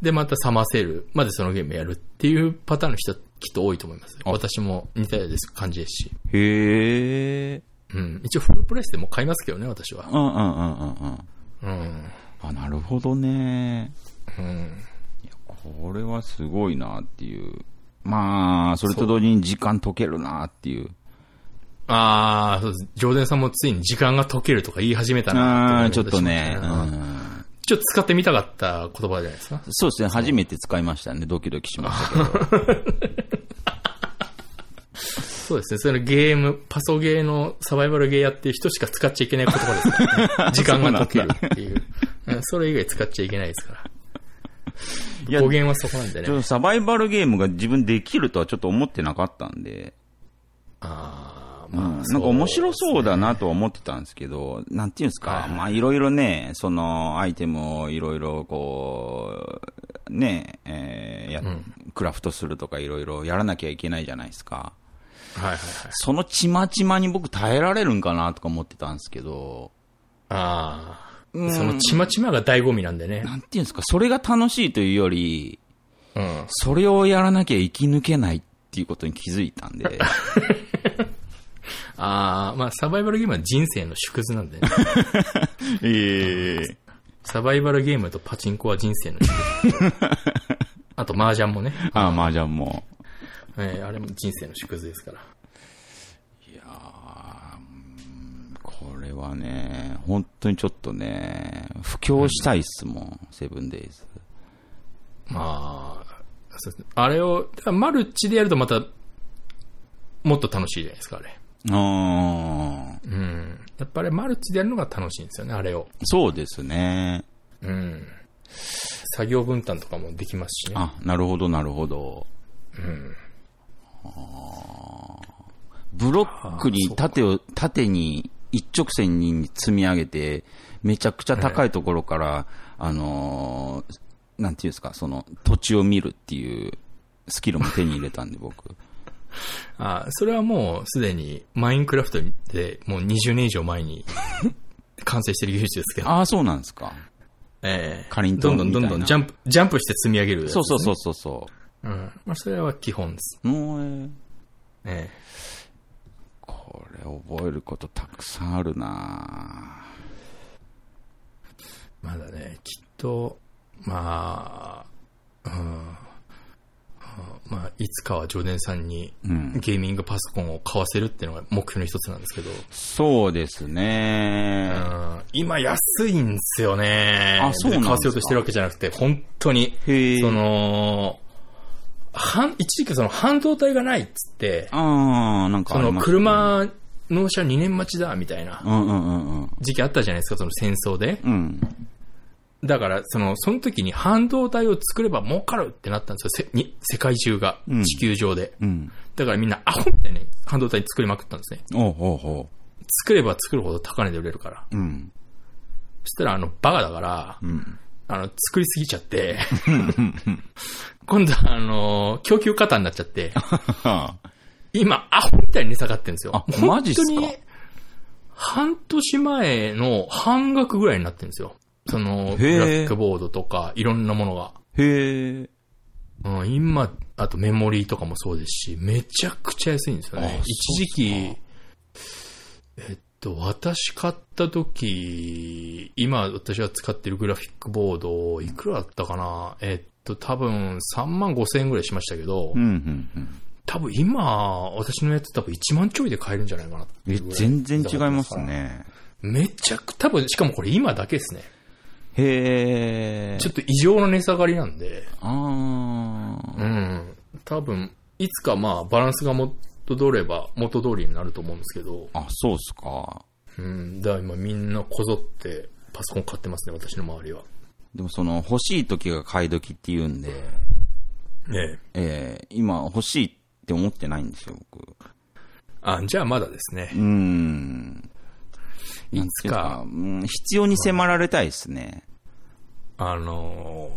で、またサマーセールまでそのゲームやるっていうパターンの人きっと多いと思います。
あ
私も似たようです感じですし。
へえ。
うん。一応フルプレスでも買いますけどね、私は。
うんうんうんう
う
んうん。
ん。
あ、なるほどね。
うん。
これはすごいなっていう。まあ、それと同時に時間解けるなっていう。
あー、そうです。上田さんもついに時間が解けるとか言い始めた
あ
な
あ、ちょっとね、
う
うんん。
ちょっと使ってみたかった言葉じゃないですか。
そうですね、初めて使いましたね。ドキドキしましたけど。
そうですね。それゲーム、パソゲーのサバイバルゲーやってる人しか使っちゃいけない言葉です
(laughs)
から、ね、時間が解けるっていう。うんそれ以外使っちゃいけないですから。
いや
語源はそこなんだ
ちょ
よ
っ
ね。
とサバイバルゲームが自分できるとはちょっと思ってなかったんで、
ああ、
うん
まあ、
なんか面白そうだ
な。
なとは思ってたんですけど、なんていうんです
は
か
い、
まあいろいろね、そのアイテムをいろいろこう、ね、えーやクラフトするとかいろいろやらなきゃいけないじゃないですか。
はいはいはい。
そのちまちまに僕耐えられるんかなとか思ってたんですけど、
あ
う
あ。
ん
そのちまちまが醍醐味なんでね。
なんていうんですか、それが楽しいというより、
うん。
それをやらなきゃ生き抜けないっていうことに気づいた
(laughs)
んで、
ああ、まあサバイバルゲームは人生の縮図なん
(laughs)
でね。
ええ
サバイバルゲームとパチンコは人生の縮図。
(laughs)
あと麻雀もね。
ああ、麻雀も。
えーあれも人生の縮図ですから。
これはね、本当にちょっとね、布教したいっすもん、セブンデイズ。
まあ、そうですねあれを、だからマルチでやるとまた、もっと楽しいじゃないですか、あれ。
うーん。
うん。やっぱりマルチでやるのが楽しいんですよね、あれを。
そうですね。
うん。作業分担とかもできますしね。
あ、なるほど、なるほど。あーブロックに縦を、縦に一直線に積み上げて、めちゃくちゃ高いところから、あのーなんていうんですか、その、土地を見るっていうスキルも手に入れたんで、 (laughs) 僕。
あそれはもうすでに、マインクラフトでもう20年以上前
(laughs)
に完成してる技術ですけど。
ああ、そうなんですか。
ええ
かりんと
ど
うん
どんどん
みた
ど
い
ん
な
ジャンプ、ジャンプして積み上げるやつですね、
そうそうそうそうそう。
う。ん。まあ、それは基本です。
もう、えー
え
これ覚えることたくさんあるなぁ
えまだね、きっと、まあ、うん。うんまあ、いつかはジョーデンさんに
うん。
ゲーミングパソコンを買わせるっていうのが目標の一つなんですけど、
そうですね
うん今安いんですよね。
あそうなんですか
買わせようとしてるわけじゃなくて、本当に、
へえ。
その、半一時期その半導体がないっつって、
ああ、なんか
そ
あり
の
ますね。
車、納車2年待ちだ、みたいな
うんうんうんうん。
時期あったじゃないですか、その戦争で。
うん。
だから、その、その時に半導体を作れば儲かるってなったんですよ、せに世界中が
うん、
地球上で。
うん。
だからみんなアホみたいに半導体作りまくったんですね。
おうほうほ
作れば作るほど高値で売れるから。
う。うん。
そしたら、あの、バカだから、 (laughs)
うん。
あの、作りすぎちゃって、今度はあの、供給過多になっちゃって、
あ
今、アホみたいに値下がってるんですよ。
あマジっす
本
か
当に半年前の半額ぐらいになってるんですよ。その、
へー
ブラックボードとか、いろんなものが。
へえ。
うん、今、あとメモリーとかもそうですし、めちゃくちゃ安いんですよね
あ。
一時期、えっと、私買った時、今私が使ってるグラフィックボード、いくらだったかなえっと、多分3万5千円ぐらいしましたけど、
うんうんうん。
多分今、私のやつ多分1万ちょいで買えるんじゃないかなってい
え
うぐらい
全然違います。ね。
めちゃく、多分、しかもこれ今だけですね。
へえ。
ちょっと異常な値下がりなんで、
ああ。
うん。多分、いつかまあ、バランスが元取れば、元通りになると思うんですけど、
あ、そうっすか。
うん。だから今みんなこぞって、パソコン買ってますね、私の周りは。
でもその、欲しい時が買い時って言うんで、
ねえ。
ええ、今欲しいって思ってないんですよ、僕。
あ、じゃあまだですね
う。ん。
いつ
な
か
ん、ていうかうん必要に迫られたいですね。
あの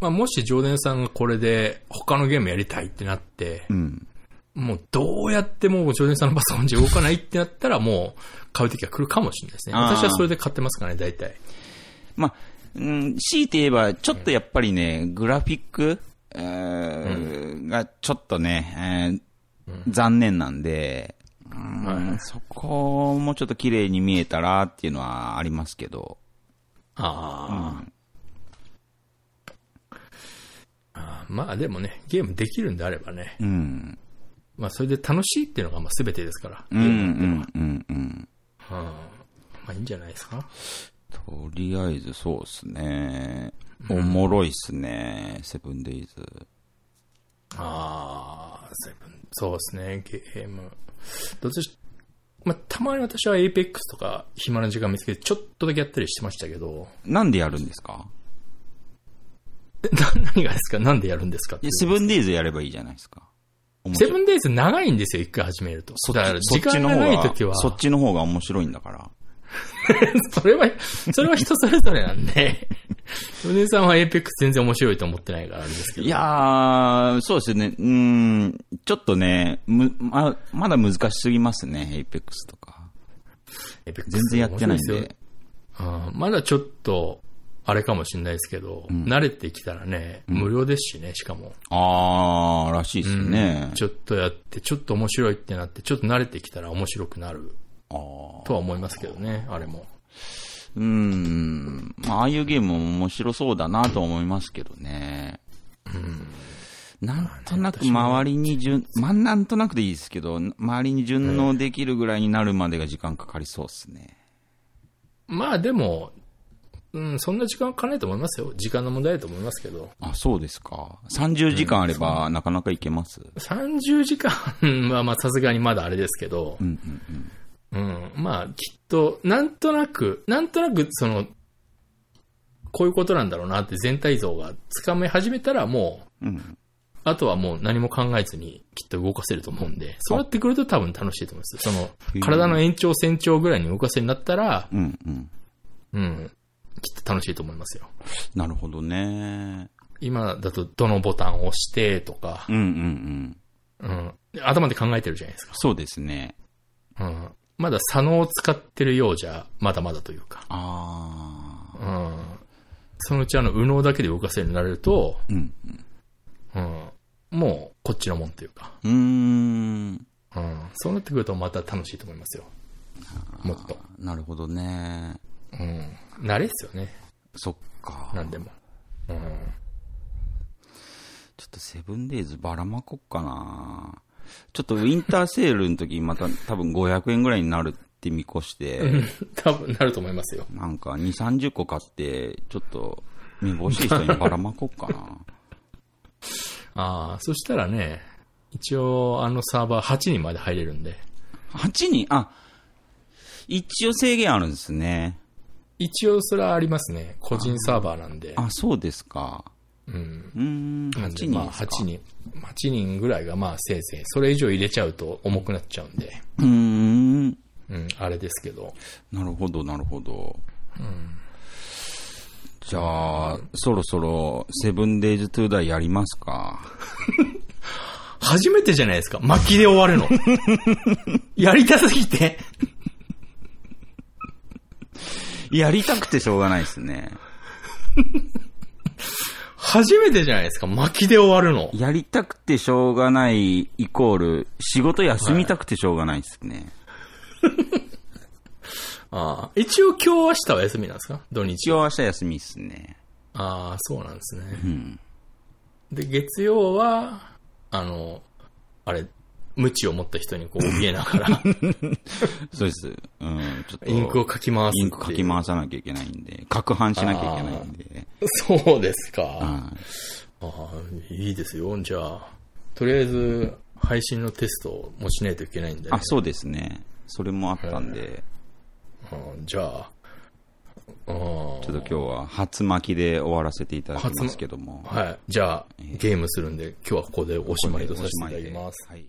ーまあ、もしジョーデンさんがこれで他のゲームやりたいってなって
う、ん。
もうどうやってもジョーデンさんのパソコンじゃ動かないってなったら、もう買う時は来るかもしれないですね。
あー
私はそれで買ってますからね、大体。
まあ、うん、強いて言えば、ちょっとやっぱりね、グラフィック、えーがちょっとね、えー残念なんで、うん
はい
そこをもうちょっと綺麗に見えたらっていうのはありますけど。
あー、あーまあでもね、ゲームできるんであればね、
うん。
まあそれで楽しいっていうのがまあ全てですから、
う
ゲ
ん、う
ー
ん
ムっていうのは。、
うん、うん。
うんまあいいんじゃないですか。
とりあえずそうですね。おもろいっすね、セブンデイズ。
ああ、セブンそうですね、ゲーム。どっちしまあたまに私は APEX とか暇な時間見つけてちょっとだけやったりしてましたけど、
なんでやるんですか
な何がですかなんでやるんですかって
で、セブンデイズやればいいじゃないですか。面
セ
白い
ブンデイズ長いんですよ、一回始めると。だから
そ
時
っち
間
の
が
方
ない
が
ときは、
そっちの方が面白いんだから。
(laughs) それは、それは人それぞれなんで、お姉さんはエイペックス全然面白いと思ってないからあれですけど。
いやー、そうですね。うーん、ちょっとね、む、ま、まだ難しすぎますね、エイペックスとか。
エイペックス
全然やってない
面
ん
白いす
で。
ようんまだちょっと、あれかもしれないですけど、慣れてきたらね、無料ですしね、しかも。
あー、らしいですね。
ちょっとやって、ちょっと面白いってなって、ちょっと慣れてきたら面白くなる
あー
とは思いますけどね、あれも。
うーん、まあ、ああいうゲームも面白そうだなと思いますけどね。なんとなく周りに順、まあ、なんとなくでいいですけど、周りに順応できるぐらいになるまでが時間かかりそうですね。
まあでも、うん、そんな時間かかんないと思いますよ。時間の問題だと思いますけど。
あ、そうですか。30時間あればなかなかいけます。
30時間はまあさすがにまだあれですけど、
うんうんうん。
うん、まあきっと、なんとなく、なんとなくその、こういうことなんだろうなって全体像がつかめ始めたらもう、
うん、
あとはもう何も考えずにきっと動かせると思うんで、そうなってくると多分楽しいと思います。その
へえ、
体の延長線長ぐらいに動かせるようになったら、
うん、うん。
うん、きっと楽しいと思いますよ。
なるほどね。
今だとどのボタンを押してとか
う、んうんうん。
うん、頭で考えてるじゃないですか。
そうですね。
うん、まだ左脳を使ってるようじゃ、まだまだというか、
ああ。
うん、そのうちあの、右脳だけで動かせるようになれると、
うん。
うん、もうこっちのもんというか、
うーん。
うん、そうなってくるとまた楽しいと思いますよ。もっと。
なるほどね。
うん、慣れっすよね、
そっか。
なんでも。うん
ちょっとセブンデイズばらまこっかなちょっとウィンターセールの時
(laughs)
また多分500円ぐらいになるって見越して、
多分なると思いますよ。
なんか2、30個買って、ちょっと、見欲しい人にばらまこっ
(laughs)
かな
ああ、そしたらね、一応あのサーバー8人まで入れるんで、
8人、あ、一応制限あるんですね。
一応それはありますね。個人サーバーなんで。
あ、そうですか。
うん。
うーん、
な
8
んで
人
まあ
です
8
か。
人。8人ぐらいがまあせいぜい。それ以上入れちゃうと重くなっちゃうんで。
うーん。
うん、あれですけど。
なるほど、なるほど。じゃあ、そろそろ、セブンデイズ・トゥ・ダイやりますか。
初めてじゃないですか。巻きで終わ (laughs) るの。やりたすぎて。
やりたくてしょうがないですね。
初めてじゃないですか。巻きで終わるの。
やりたくてしょうがないイコール、仕事休みたくてしょうがないですね。
ああ。一応今日明日は休みなんですか土
一
日。
応明日休みですね。
ああ、そうなんですね。
うん。
で、月曜は、あの、あれ、無知を持った人に (laughs) こう怯えながら、
そうです。うん、ちょっと。
インクを書き回すってい
イ
う。
ンク書き回さなきゃいけないんで、攪拌しなきゃいけないんで。
そうですか。
はい
ああいいですよ。じゃあ、とりあえず、配信のテストをもうしないといけないんで、
あ、そうですね。それもあったんで、
うんじゃあ、うん
ちょっと今日は初巻きで終わらせていただきますけども。
はい。じゃあ、ゲームするんで、今日はここでおしまいとさせていただきます。
はい